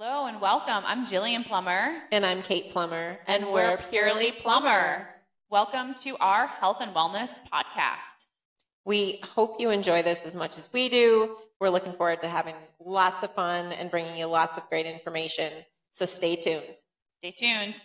and welcome. I'm Jillian Plummer, And I'm Kate Plummer. and we're Purely Plumber. Welcome to our health and wellness podcast. We hope you enjoy this as much as we do. We're looking forward to having lots of fun and bringing you lots of great information. So stay tuned. Stay tuned.